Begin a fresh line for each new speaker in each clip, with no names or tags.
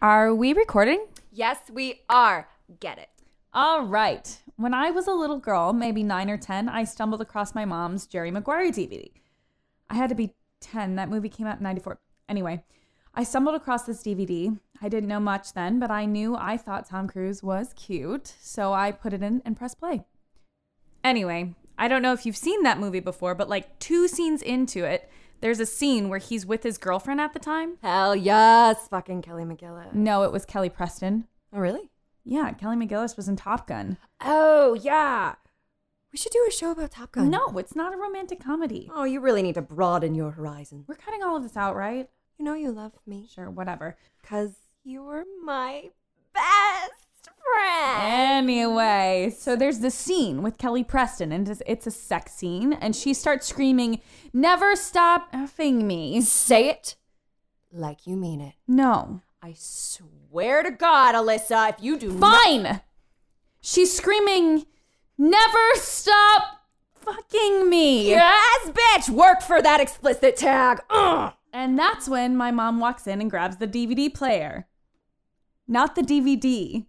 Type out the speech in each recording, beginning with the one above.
Are we recording?
Yes, we are. Get it.
All right. When I was a little girl, maybe nine or 10, I stumbled across my mom's Jerry Maguire DVD. I had to be 10. That movie came out in 94. Anyway, I stumbled across this DVD. I didn't know much then, but I knew I thought Tom Cruise was cute. So I put it in and pressed play. Anyway, I don't know if you've seen that movie before, but like two scenes into it, there's a scene where he's with his girlfriend at the time.
Hell yes. Fucking Kelly McGillis.
No, it was Kelly Preston.
Oh, really?
Yeah, Kelly McGillis was in Top Gun.
Oh, yeah. We should do a show about Top Gun.
No, it's not a romantic comedy.
Oh, you really need to broaden your horizon.
We're cutting all of this out, right?
You know you love me
Sure, whatever.
because you were my best friend.
Anyway, so there's this scene with Kelly Preston, and it's- it's a sex scene, and she starts screaming, Never stop effing me.
Say it like you mean it.
No.
I swear to God, Alyssa, if you do not-
Fine! She's screaming, Never stop fucking me.
Yes, bitch, work for that explicit tag. Ugh.
And that's when my mom walks in and grabs the DVD player. Not the DVD,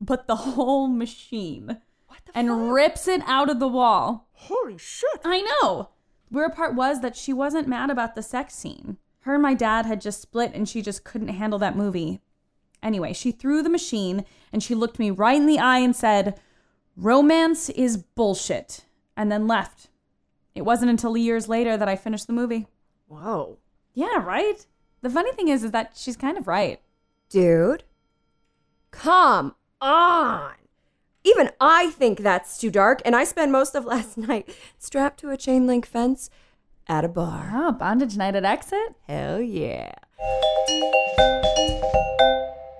but the whole machine.
What the
and
fuck?
rips it out of the wall.
Holy shit.
I know. Weird part was that she wasn't mad about the sex scene. Her and my dad had just split and she just couldn't handle that movie. Anyway, she threw the machine and she looked me right in the eye and said, Romance is bullshit, and then left. It wasn't until years later that I finished the movie.
Whoa.
Yeah, right? The funny thing is, is that she's kind of right.
Dude, come on. Even I think that's too dark, and I spent most of last night strapped to a chain link fence at a bar.
Oh, bondage night at exit?
Hell yeah.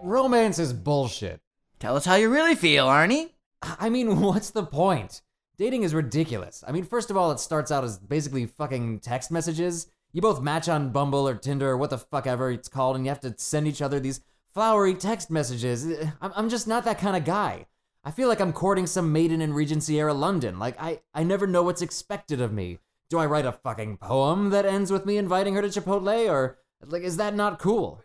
Romance is bullshit.
Tell us how you really feel, Arnie.
I I mean, what's the point? Dating is ridiculous. I mean, first of all, it starts out as basically fucking text messages. You both match on Bumble or Tinder or what the fuck ever it's called, and you have to send each other these flowery text messages. Eh, I'm, I'm just not that kind of guy. I feel like I'm courting some maiden in Regency era London. Like, I, I never know what's expected of me. Do I write a fucking poem that ends with me inviting her to Chipotle, or, like, is that not cool?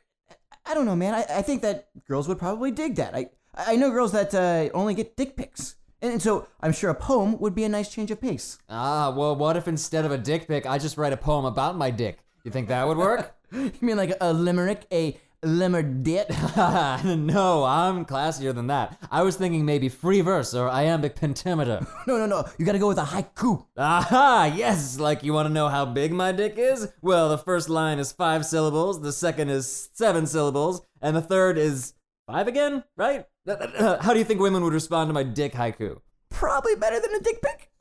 I don't know, man. I, I think that girls would probably dig that. I I know girls that uh, only get dick pics, and, and so I'm sure a poem would be a nice change of pace.
Ah, well, what if instead of a dick pic, I just write a poem about my dick? You think that would work?
You mean like a limerick, a limerdit?
no, I'm classier than that. I was thinking maybe free verse or iambic pentameter.
no, no, no. You got to go with a haiku.
Aha, yes, like you want to know how big my dick is? Well, the first line is five syllables, the second is seven syllables, and the third is five again, right? How do you think women would respond to my dick haiku?
Probably better than a dick pic.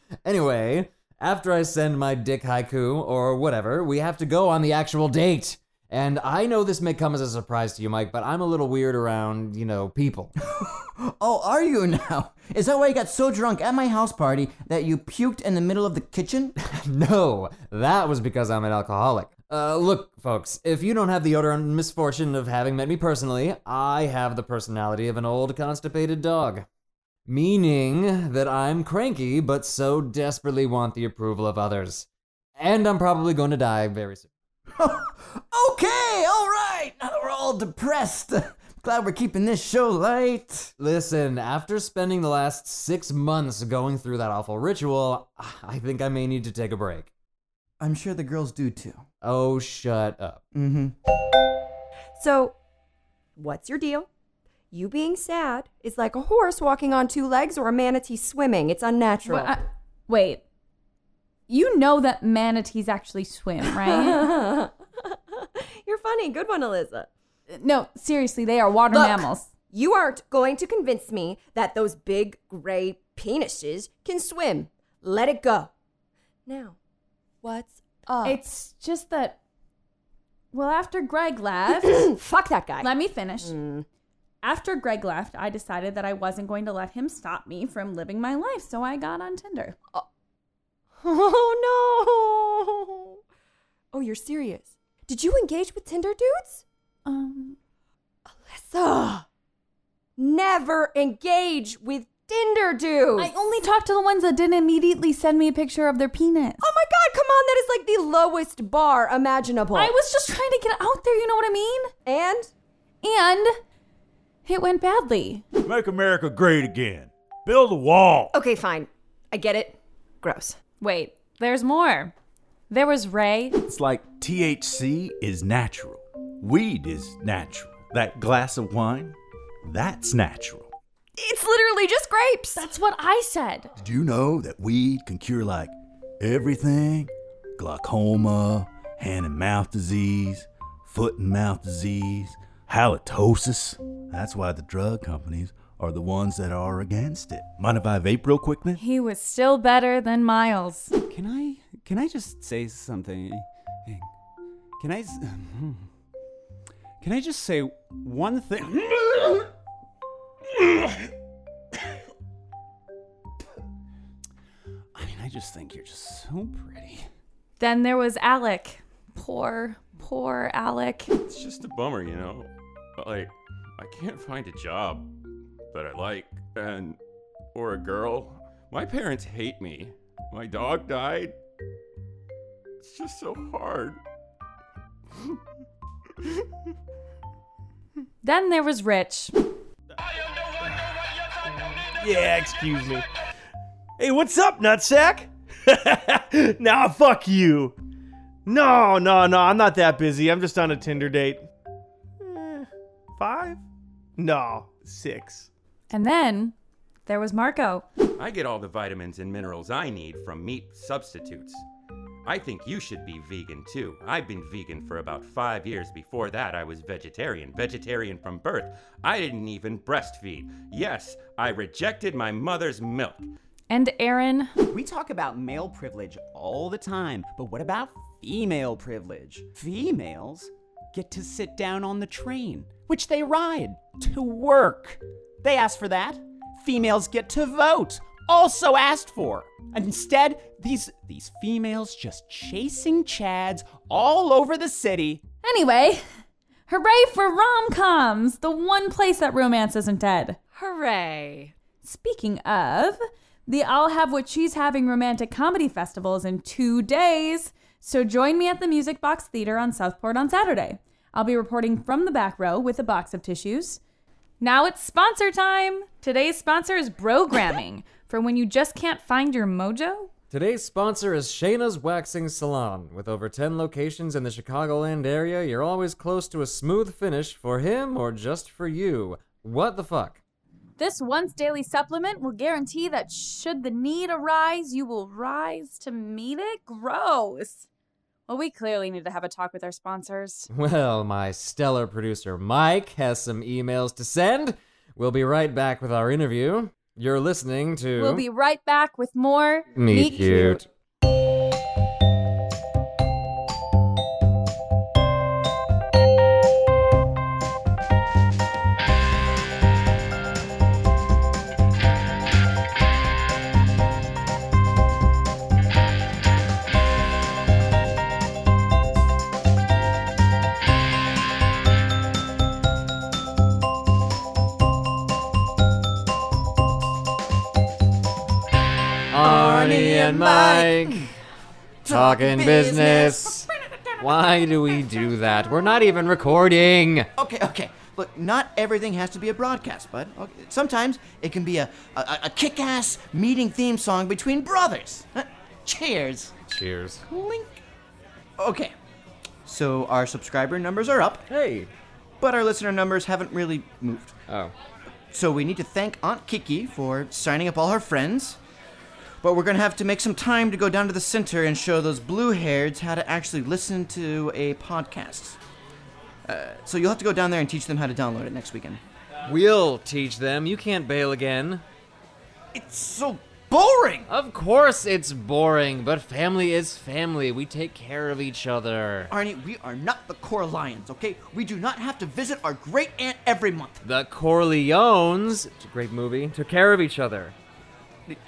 anyway, after I send my dick haiku or whatever, we have to go on the actual date. And I know this may come as a surprise to you, Mike, but I'm a little weird around, you know, people.
Oh, are you now? Is that why you got so drunk at my house party that you puked in the middle of the kitchen?
no, that was because I'm an alcoholic. Uh, look, folks, if you don't have the odor and misfortune of having met me personally, I have the personality of an old constipated dog. Meaning that I'm cranky, but so desperately want the approval of others. And I'm probably going to die very soon.
okay, all right. Now that we're all depressed, glad we're keeping this show light.
Listen, after spending the last six months going through that awful ritual, I think I may need to take a break.
I'm sure the girls do too.
Oh, shut up.
Mm-hmm.
So, what's your deal? You being sad is like a horse walking on two legs or a manatee swimming. It's unnatural.
Well, I- wait. You know that manatees actually swim, right?
You're funny. Good one, Alyssa.
no, seriously, they are water
Look,
mammals.
You aren't going to convince me that those big gray penises can swim. Let it go. Now, what's up?
It's just that. Well, after Greg left,
Fuck that guy.
let me finish. After Greg left, I decided that I wasn't going to let him stop me from living my life, so I got on Tinder.
Oh no. Oh, you're serious. Did you engage with Tinder dudes?
Um,
Alyssa. Never engage with Tinder dudes.
I only talked to the ones that didn't immediately send me a picture of their penis.
Oh my god, come on, that is like the lowest bar imaginable.
I was just trying to get out there, you know what I mean?
and
And it went badly.
Make America great again. Build a wall.
Okay, fine. I get it. Gross.
Wait, there's more. There was Ray.
It's like THC is natural, weed is natural, that glass of wine, that's natural.
It's literally just grapes.
That's what I said.
Did you know that weed can cure like everything? Glaucoma, hand and mouth disease, foot and mouth disease, halitosis. That's why the drug companies are the ones that are against it. Mind if I vape real quick, man?
He was still better than Miles.
Can I can I just say something? Can I s- Can I just say one thing? I mean, I just think you're just so pretty.
Then there was Alec. Poor, poor Alec.
It's just a bummer, you know? Like, I can't find a job that I like and or a girl. My parents hate me. My dog died. It's just so hard.
Then there was Rich.
Yeah, excuse me. Hey, what's up, nutsack? nah, fuck you. No, no, no, I'm not that busy. I'm just on a Tinder date. Eh, five? No, six.
And then there was Marco.
I get all the vitamins and minerals I need from meat substitutes. I think you should be vegan too. I've been vegan for about five years. Before that, I was vegetarian. Vegetarian from birth. I didn't even breastfeed. Yes, I rejected my mother's milk.
And Aaron.
We talk about male privilege all the time, but what about female privilege? Females get to sit down on the train, which they ride to work. They asked for that. Females get to vote, also asked for. And instead, these these females just chasing chads all over the city.
Anyway, hooray for rom coms, the one place that romance isn't dead.
Hooray.
Speaking of, the I'll Have What She's Having Romantic Comedy Festival is in two days. So join me at the Music Box Theater on Southport on Saturday. I'll be reporting from the back row with a box of tissues. Now it's sponsor time. Today's sponsor is programming for when you just can't find your mojo.
Today's sponsor is Shayna's Waxing Salon. With over 10 locations in the Chicagoland area, you're always close to a smooth finish for him or just for you. What the fuck?
This once daily supplement will guarantee that should the need arise, you will rise to meet it. Gross. Well, we clearly need to have a talk with our sponsors.
Well, my stellar producer Mike has some emails to send. We'll be right back with our interview. You're listening to
We'll be right back with more
Meet, cute. Arnie and Mike talking business. Why do we do that? We're not even recording.
Okay, okay. Look, not everything has to be a broadcast, bud. Okay, Sometimes it can be a, a, a kick ass meeting theme song between brothers. Huh? Cheers.
Cheers.
Link. Okay. So our subscriber numbers are up,
Hey.
but our listener numbers haven't really moved.
Oh.
So we need to thank Aunt Kiki for signing up all her friends. But we're gonna have to make some time to go down to the center and show those blue hairs how to actually listen to a podcast. Uh, so you'll have to go down there and teach them how to download it next weekend.
We'll teach them. You can't bail again.
It's so boring!
Of course it's boring, but family is family. We take care of each other.
Arnie, we are not the Coralions, okay? We do not have to visit our great aunt every month.
The Corleones, it's a great movie, took care of each other.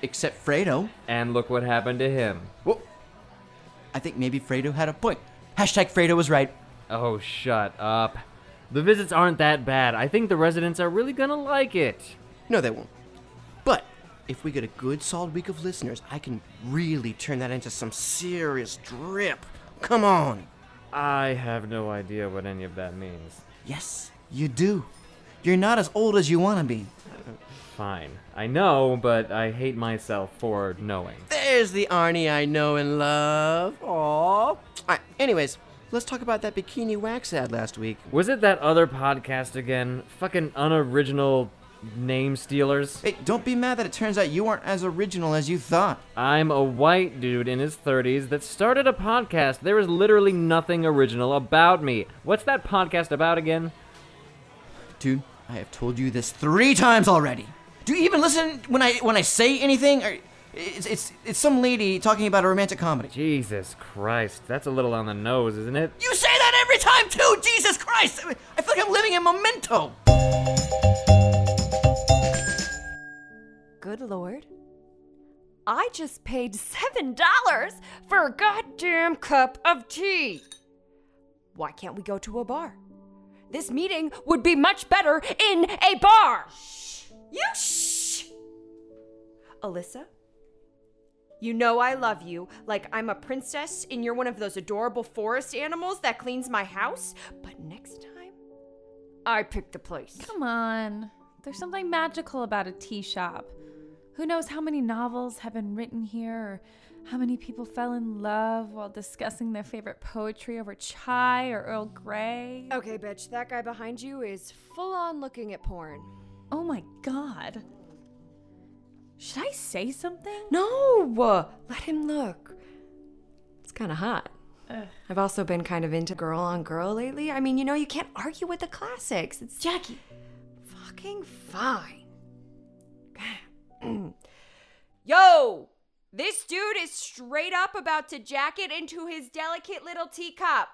Except Fredo.
And look what happened to him.
Well, I think maybe Fredo had a point. Hashtag Fredo was right.
Oh, shut up. The visits aren't that bad. I think the residents are really gonna like it.
No, they won't. But if we get a good solid week of listeners, I can really turn that into some serious drip. Come on.
I have no idea what any of that means.
Yes, You do. You're not as old as you want to be.
Fine. I know, but I hate myself for knowing.
There's the Arnie I know and love. Aww. All right. Anyways, let's talk about that bikini wax ad last week.
Was it that other podcast again? Fucking unoriginal name stealers?
Hey, don't be mad that it turns out you aren't as original as you thought.
I'm a white dude in his 30s that started a podcast. There is literally nothing original about me. What's that podcast about again?
Dude, I have told you this three times already. Do you even listen when I when I say anything? Or it's it's, it's some lady talking about a romantic comedy.
Jesus Christ, that's a little on the nose, isn't it?
You say that every time too. Jesus Christ! I I feel like I'm living in Memento.
Good lord. I just paid $7 for a goddamn cup of tea. Why can't we go to a bar? This meeting would be much better in a bar. Shh. You shh. Alyssa, you know I love you like I'm a princess and you're one of those adorable forest animals that cleans my house, but next time, I pick the place.
Come on. There's something magical about a tea shop. Who knows how many novels have been written here or how many people fell in love while discussing their favorite poetry over chai or Earl Grey.
Okay, bitch, that guy behind you is full on looking at porn.
Oh my god. Should I say something?
No, let him look. It's kind of hot. I've also been kind of into girl on girl lately. I mean, you know, you can't argue with the classics. It's Jackie. Fucking fine. Yo, this dude is straight up about to jack it into his delicate little teacup.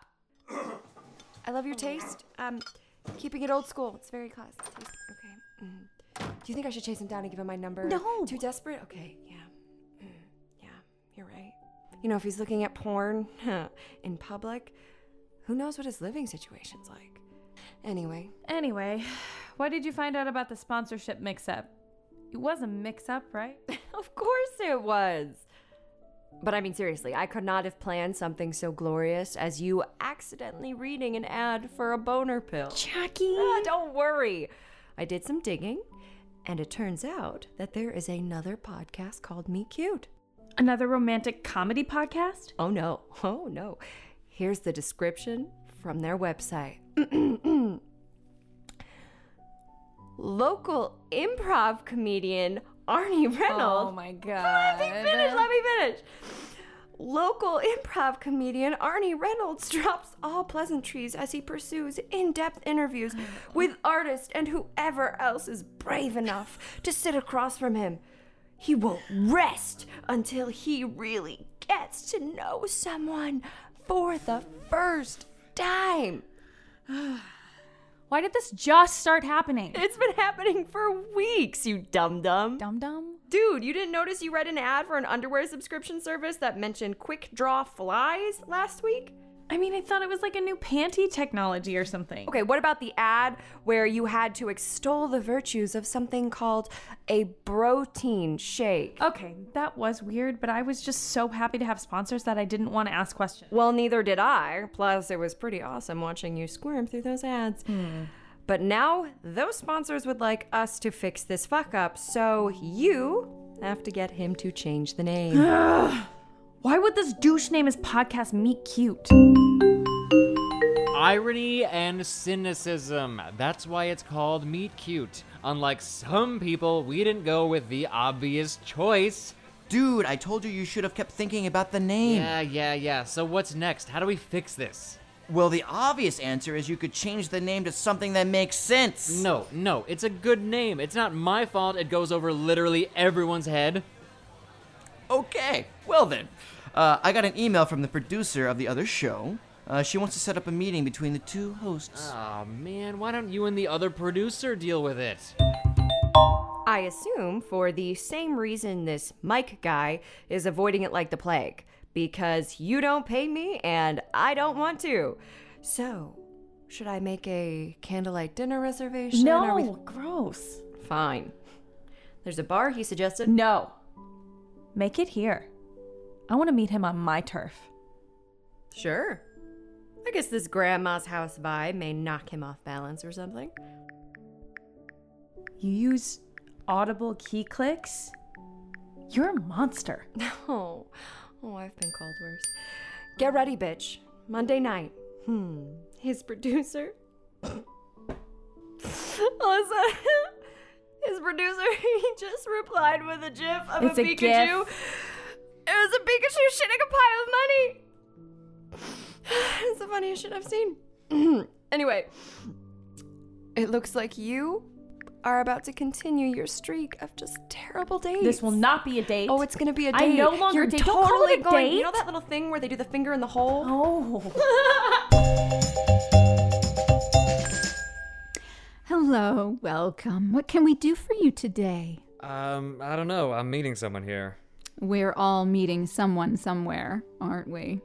I love your taste. Um, keeping it old school. It's very classic. Okay. Mm. Do you think I should chase him down and give him my number?
No.
Too desperate? Okay, yeah. Mm, Yeah, you're right. You know, if he's looking at porn in public, who knows what his living situation's like? Anyway,
Anyway, what did you find out about the sponsorship mix up? It was a mix up, right?
of course it was. But I mean, seriously, I could not have planned something so glorious as you accidentally reading an ad for a boner pill.
Jackie!
Ah, don't worry. I did some digging, and it turns out that there is another podcast called Me Cute.
Another romantic comedy podcast?
Oh no, oh no. Here's the description from their website Local improv comedian Arnie Reynolds.
Oh my
Let me finish,
god.
let me finish. Local improv comedian Arnie Reynolds drops all pleasantries as he pursues in depth interviews with artists and whoever else is brave enough to sit across from him. He won't rest until he really gets to know someone for the first time.
Why did this just start happening?
It's been happening for weeks, you dum dum.
Dum dum.
Dude, you didn't notice you read an ad for an underwear subscription service that mentioned quick draw flies last week?
I mean, I thought it was like a new panty technology or something.
Okay, what about the ad where you had to extol the virtues of something called a protein shake?
Okay, that was weird, but I was just so happy to have sponsors that I didn't want to ask questions.
Well, neither did I. Plus, it was pretty awesome watching you squirm through those ads. But now, those sponsors would like us to fix this fuck up, so you have to get him to change the name.
Why would this douche name his podcast Meet Cute?
Irony and cynicism. That's why it's called Meet Cute. Unlike some people, we didn't go with the obvious choice.
Dude, I told you you should have kept thinking about the name.
Yeah, yeah, yeah. So what's next? How do we fix this?
Well, the obvious answer is you could change the name to something that makes sense.
No, no, it's a good name. It's not my fault it goes over literally everyone's head.
Okay, well then. Uh, I got an email from the producer of the other show. Uh, she wants to set up a meeting between the two hosts.
Oh man, why don't you and the other producer deal with it?
I assume for the same reason this Mike guy is avoiding it like the plague because you don't pay me and I don't want to. So, should I make a candlelight dinner reservation? Are
No,
we-
gross.
Fine. There's a bar he suggested.
No. Make it here. I want to meet him on my turf.
Sure. I guess this grandma's house vibe may knock him off balance or something.
You use audible key clicks? You're a monster.
Oh, oh, I've been called worse. Get ready, bitch. Monday night. Hmm. His producer. Alyssa, his producer, he just replied with a gif of
It's
a
a
Pikachu. It was a Pikachu shitting a pile of money. it's the funniest shit I've seen. anyway, it looks like you are about to continue your streak of just terrible dates.
This will not be a date.
Oh, it's gonna be a date.
I no longer
You're
date. Don't call
Totally
it a
going. You
date.
know that little thing where they do the finger in the hole?
Oh.
Hello, welcome. What can we do for you today?
Um, I don't know. I'm meeting someone here.
We're all meeting someone somewhere, aren't we?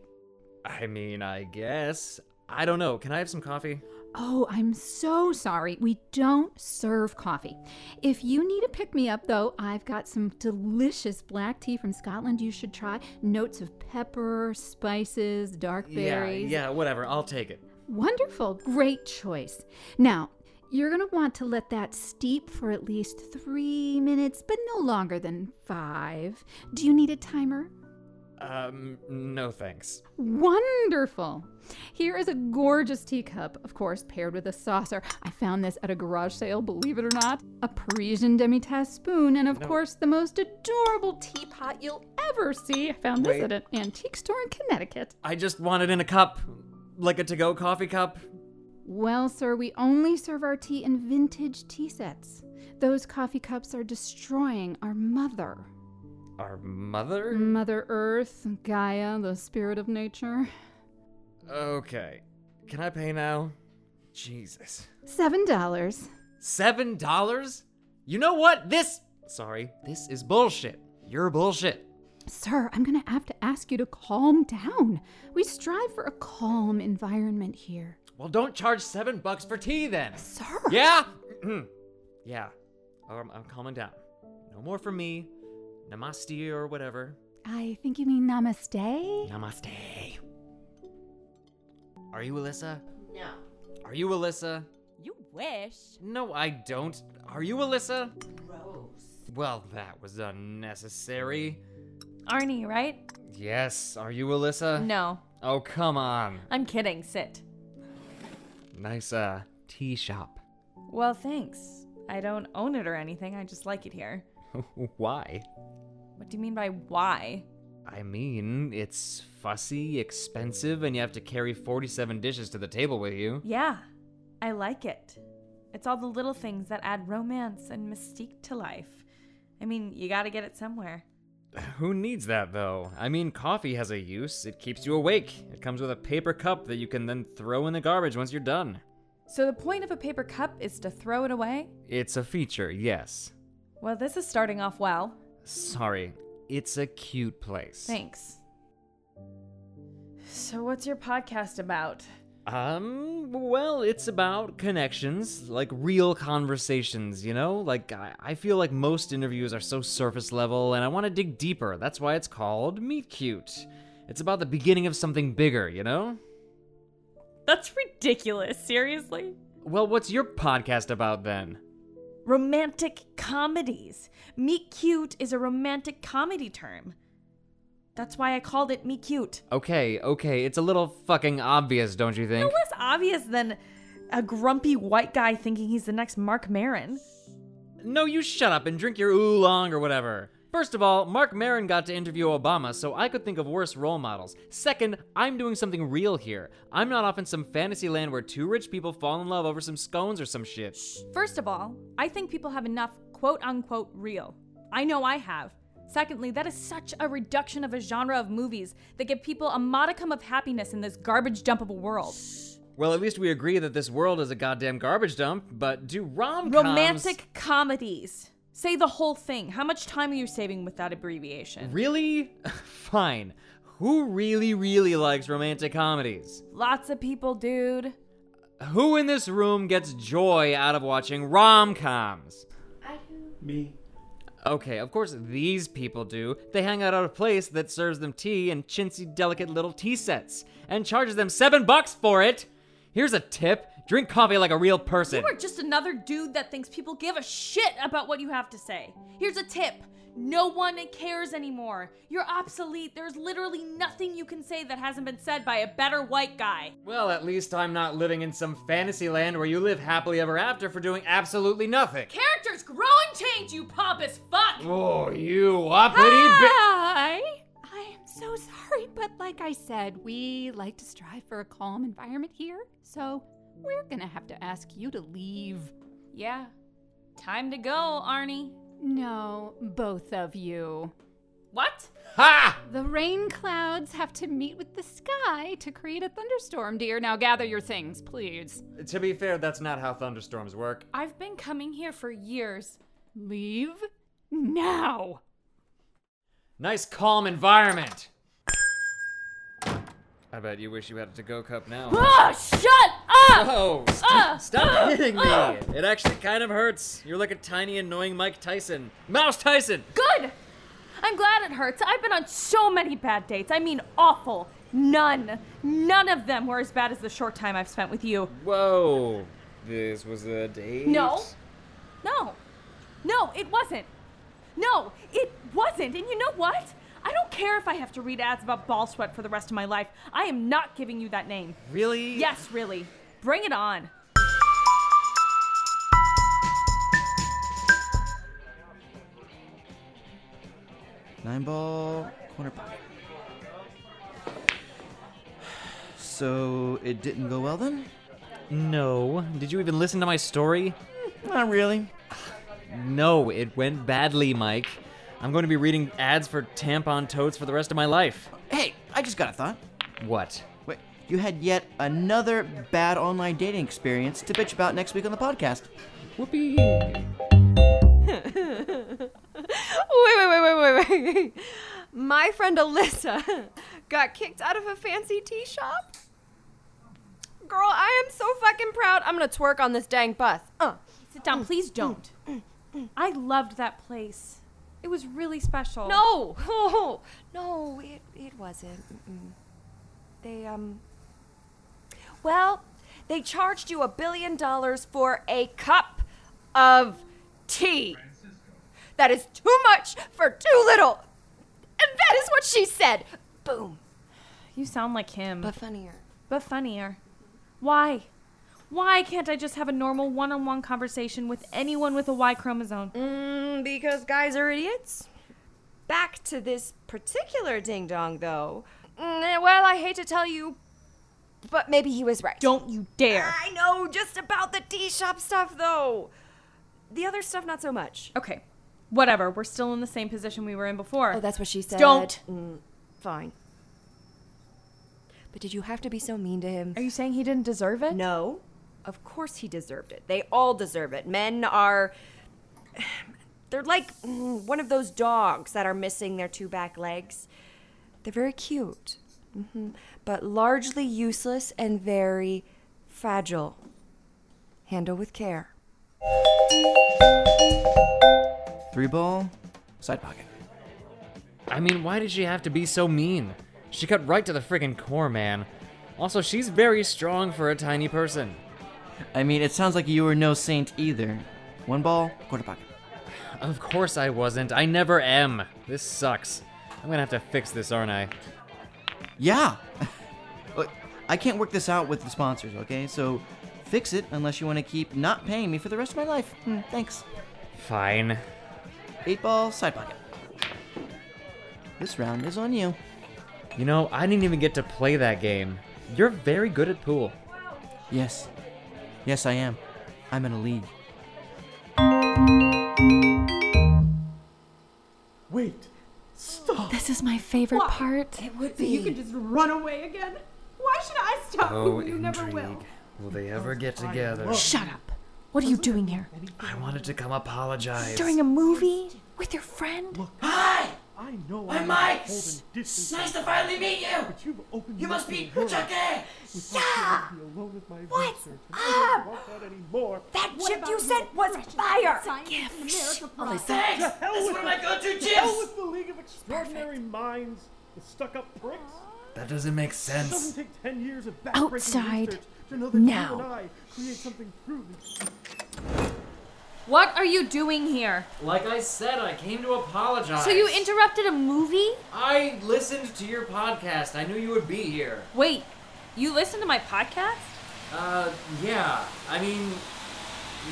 I mean, I guess. I don't know. Can I have some coffee?
Oh, I'm so sorry. We don't serve coffee. If you need a pick me up, though, I've got some delicious black tea from Scotland you should try. Notes of pepper, spices, dark berries.
Yeah, yeah, whatever. I'll take it.
Wonderful. Great choice. Now, you're going to want to let that steep for at least three minutes, but no longer than five. Do you need a timer?
Um, no thanks.
Wonderful! Here is a gorgeous teacup, of course, paired with a saucer. I found this at a garage sale, believe it or not. A Parisian demi-tasse spoon, and of course, the most adorable teapot you'll ever see. I found this at an antique store in Connecticut.
I just want it in a cup. Like a to go coffee cup.
Well, sir, we only serve our tea in vintage tea sets. Those coffee cups are destroying our mother.
Our mother?
Mother Earth, Gaia, the spirit of nature.
Okay. Can I pay now? Jesus.
Seven dollars.
Seven dollars? You know what? This. Sorry. This is bullshit. You're bullshit.
Sir, I'm going to have to ask you to calm down. We strive for a calm environment here.
Well, don't charge seven bucks for tea then.
Sir?
Yeah? Mhm. yeah. Oh, I'm, I'm calming down. No more for me. Namaste or whatever.
I think you mean namaste?
Namaste. Are you Alyssa? No. Are you Alyssa?
You wish.
No, I don't. Are you Alyssa? Rose. Well, that was unnecessary.
Arnie, right?
Yes, are you Alyssa?
No.
Oh, come on.
I'm kidding. Sit.
Nice, uh, tea shop.
Well, thanks. I don't own it or anything. I just like it here.
Why?
What do you mean by why?
I mean, it's fussy, expensive, and you have to carry 47 dishes to the table with you.
Yeah, I like it. It's all the little things that add romance and mystique to life. I mean, you gotta get it somewhere.
Who needs that, though? I mean, coffee has a use. It keeps you awake. It comes with a paper cup that you can then throw in the garbage once you're done.
So, the point of a paper cup is to throw it away?
It's a feature, yes.
Well, this is starting off well.
Sorry, it's a cute place.
Thanks. So, what's your podcast about?
Um, well, it's about connections, like real conversations, you know? Like, I, I feel like most interviews are so surface level, and I want to dig deeper. That's why it's called Meet Cute. It's about the beginning of something bigger, you know?
That's ridiculous, seriously?
Well, what's your podcast about then?
Romantic comedies. Meet cute is a romantic comedy term. That's why I called it meet cute.
Okay, okay, it's a little fucking obvious, don't you
No
think?
less obvious than a grumpy white guy thinking he's the next Mark Marin.
No, you shut up and drink your oolong or whatever. First of all, Mark Maron got to interview Obama, so I could think of worse role models. Second, I'm doing something real here. I'm not off in some fantasy land where two rich people fall in love over some scones or some shit.
First of all, I think people have enough quote unquote real. I know I have. Secondly, that is such a reduction of a genre of movies that give people a modicum of happiness in this garbage dump of a world.
Well, at least we agree that this world is a goddamn garbage dump, but do rom
Romantic comedies. Say the whole thing. How much time are you saving with that abbreviation?
Really? Fine. Who really, really likes romantic comedies?
Lots of people, dude.
Who in this room gets joy out of watching rom coms?
Me.
Okay, of course these people do. They hang out at a place that serves them tea in chintzy, delicate little tea sets and charges them seven bucks for it. Here's a tip drink coffee like a real person.
You are just another dude that thinks people give a shit about what you have to say. Here's a tip no one cares anymore. You're obsolete. There's literally nothing you can say that hasn't been said by a better white guy.
Well, at least I'm not living in some fantasy land where you live happily ever after for doing absolutely nothing.
Characters grow and change, you pompous fuck! Ah!
Oh, you uppity
Ah!
bi-
Hi. I am so sorry, but like I said, we like to strive for a calm environment here, so we're gonna have to ask you to leave.
Yeah. Time to go, Arnie.
No, both of you.
What?
Ha!
The rain clouds have to meet with the sky to create a thunderstorm, dear. Now gather your things, please.
To be fair, that's not how thunderstorms work.
I've been coming here for years.
Leave now.
Nice calm environment. I bet you wish you had a to-go cup now.
Oh, shut up!
Oh, st-
Ah!
stop hitting me!
Ah!
It actually kind of hurts. You're like a tiny, annoying Mike Tyson. Mouse Tyson!
Good! I'm glad it hurts. I've been on so many bad dates. I mean, awful. None. None of them were as bad as the short time I've spent with you.
Whoa. This was a date?
No. No. No, it wasn't. No, it wasn't. And you know what? I don't care if I have to read ads about ball sweat for the rest of my life. I am not giving you that name.
Really?
Yes, really. Bring it on.
Nine ball, corner pocket. So it didn't go well then?
No. Did you even listen to my story?
Not really.
No, it went badly, Mike. I'm going to be reading ads for tampon totes for the rest of my life.
Hey, I just got a thought.
What?
Wait, you had yet another bad online dating experience to bitch about next week on the podcast.
Whoopee!
Wait, wait, wait, wait, wait, wait. My friend Alyssa got kicked out of a fancy tea shop. Girl, I am so fucking proud. I'm gonna twerk on this dang bus. Uh.
Sit down, please don't. I loved that place. It was really special.
No, oh, no, it, it wasn't. Mm-mm. They, um, well, they charged you a billion dollars for a cup of tea. That is too much for too little. And that is what she said. Boom.
You sound like him,
But funnier.
but funnier. Why? Why can't I just have a normal one on one conversation with anyone with a Y chromosome?
Mm, because guys are idiots. Back to this particular ding dong, though. Mm, well, I hate to tell you, but maybe he was right.
Don't you dare.
I know just about the tea shop stuff though. The other stuff not so much.
Okay, whatever. We're still in the same position we were in before.
Oh, that's what she said.
Don't.
Mm, fine. But did you have to be so mean to him?
Are you saying he didn't deserve it?
No. Of course he deserved it. They all deserve it. Men are they're like mm, one of those dogs that are missing their two back legs. They're very cute, hmm but largely useless and very fragile. Handle with care.
Three ball, side pocket.
I mean, why did she have to be so mean? She cut right to the friggin' core, man. Also, she's very strong for a tiny person.
I mean, it sounds like you were no saint either. One ball, quarter pocket.
Of course I wasn't. I never am. This sucks. I'm gonna have to fix this, aren't I?
Yeah! Look, I can't work this out with the sponsors, okay? So fix it unless you want to keep not paying me for the rest of my life. Hmm, thanks.
Fine.
Eight ball, side pocket. This round is on you.
You know, I didn't even get to play that game. You're very good at pool.
Yes. Yes, I am. I'm in a league.
Wait, stop.
This is my favorite part.
You can just run away again. Why should I stop you? You never will.
Oh,
Oh,
Will they ever get together?
Shut up. What are you doing here?
I wanted to come apologize.
During a movie? With your friend?
Hi!
I know
Why,
I'm
Mike,
holding distance.
nice to finally meet you.
But you've opened
You
me
must
up to
be Ah!
the world.
Chucky.
With my
Yeah.
therapy alone with my
What's
research, and I
Ah!
don't want that anymore.
That
What
chip
about
you
the
sent was
oppression
fire!
of science and the miracle
Well,
prize?
it's-
To hell
That's
with
one of my
the-
go-to
to hell
gifs.
with the League of Extraordinary Minds, the stuck-up pricks.
That doesn't make
It doesn't
sense.
take ten years of backbreaking
Outside.
research to know that you
Now.
and I create something truly
What are you doing here?
Like I said, I came to apologize.
So you interrupted a movie?
I listened to your podcast. I knew you would be here.
Wait, you listen to my podcast?
Uh, yeah. I mean,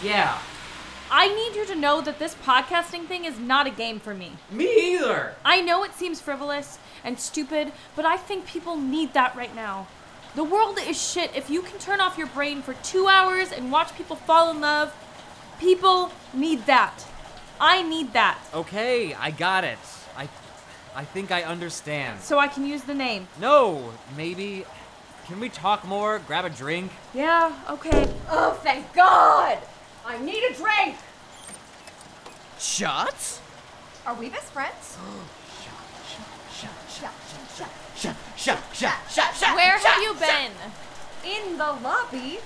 yeah.
I need you to know that this podcasting thing is not a game for me.
Me either.
I know it seems frivolous and stupid, but I think people need that right now. The world is shit if you can turn off your brain for two hours and watch people fall in love. People need that. I need that.
Okay, I got it. I, I think I understand.
So I can use the name.
No, maybe. Can we talk more? Grab a drink?
Yeah, okay.
Oh, thank God! I need a drink!
Shots?
Are we best friends?
Shot, shot, shot, shot, shot.
Where
shut,
have you
shut.
been?
In the lobby?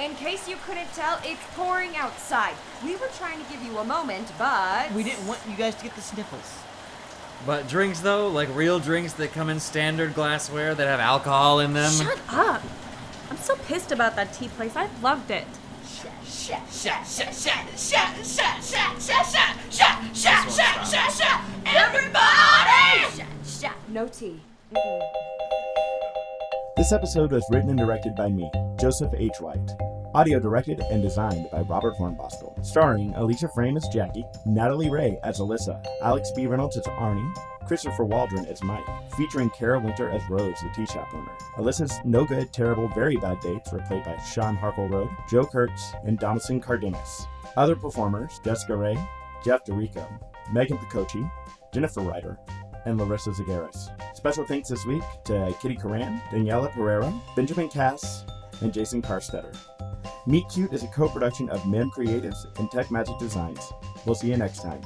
In case you couldn't tell, it's pouring outside. We were trying to give you a moment, but.
We didn't want you guys to get the sniffles.
But drinks though, like real drinks that come in standard glassware that have alcohol in them.
Shut up. I'm so pissed about that tea place. I loved it.
Everybody! No tea.
This episode was written and directed by me, Joseph H. White. Audio directed and designed by Robert Hornbostel. Starring Alicia Frame as Jackie, Natalie Ray as Alyssa, Alex B. Reynolds as Arnie, Christopher Waldron as Mike, featuring Kara Winter as Rose, the tea shop owner. Alyssa's no good, terrible, very bad dates were played by Sean Harkle Road, Joe Kurtz, and Donaldson Cardenas. Other performers, Jessica Ray, Jeff DeRico, Megan Picochi, Jennifer Ryder, and Larissa Zagaris. Special thanks this week to Kitty Coran, Daniela Pereira, Benjamin Cass, and Jason Karstetter. Meet Cute is a co production of Mem Creatives and Tech Magic Designs. We'll see you next time.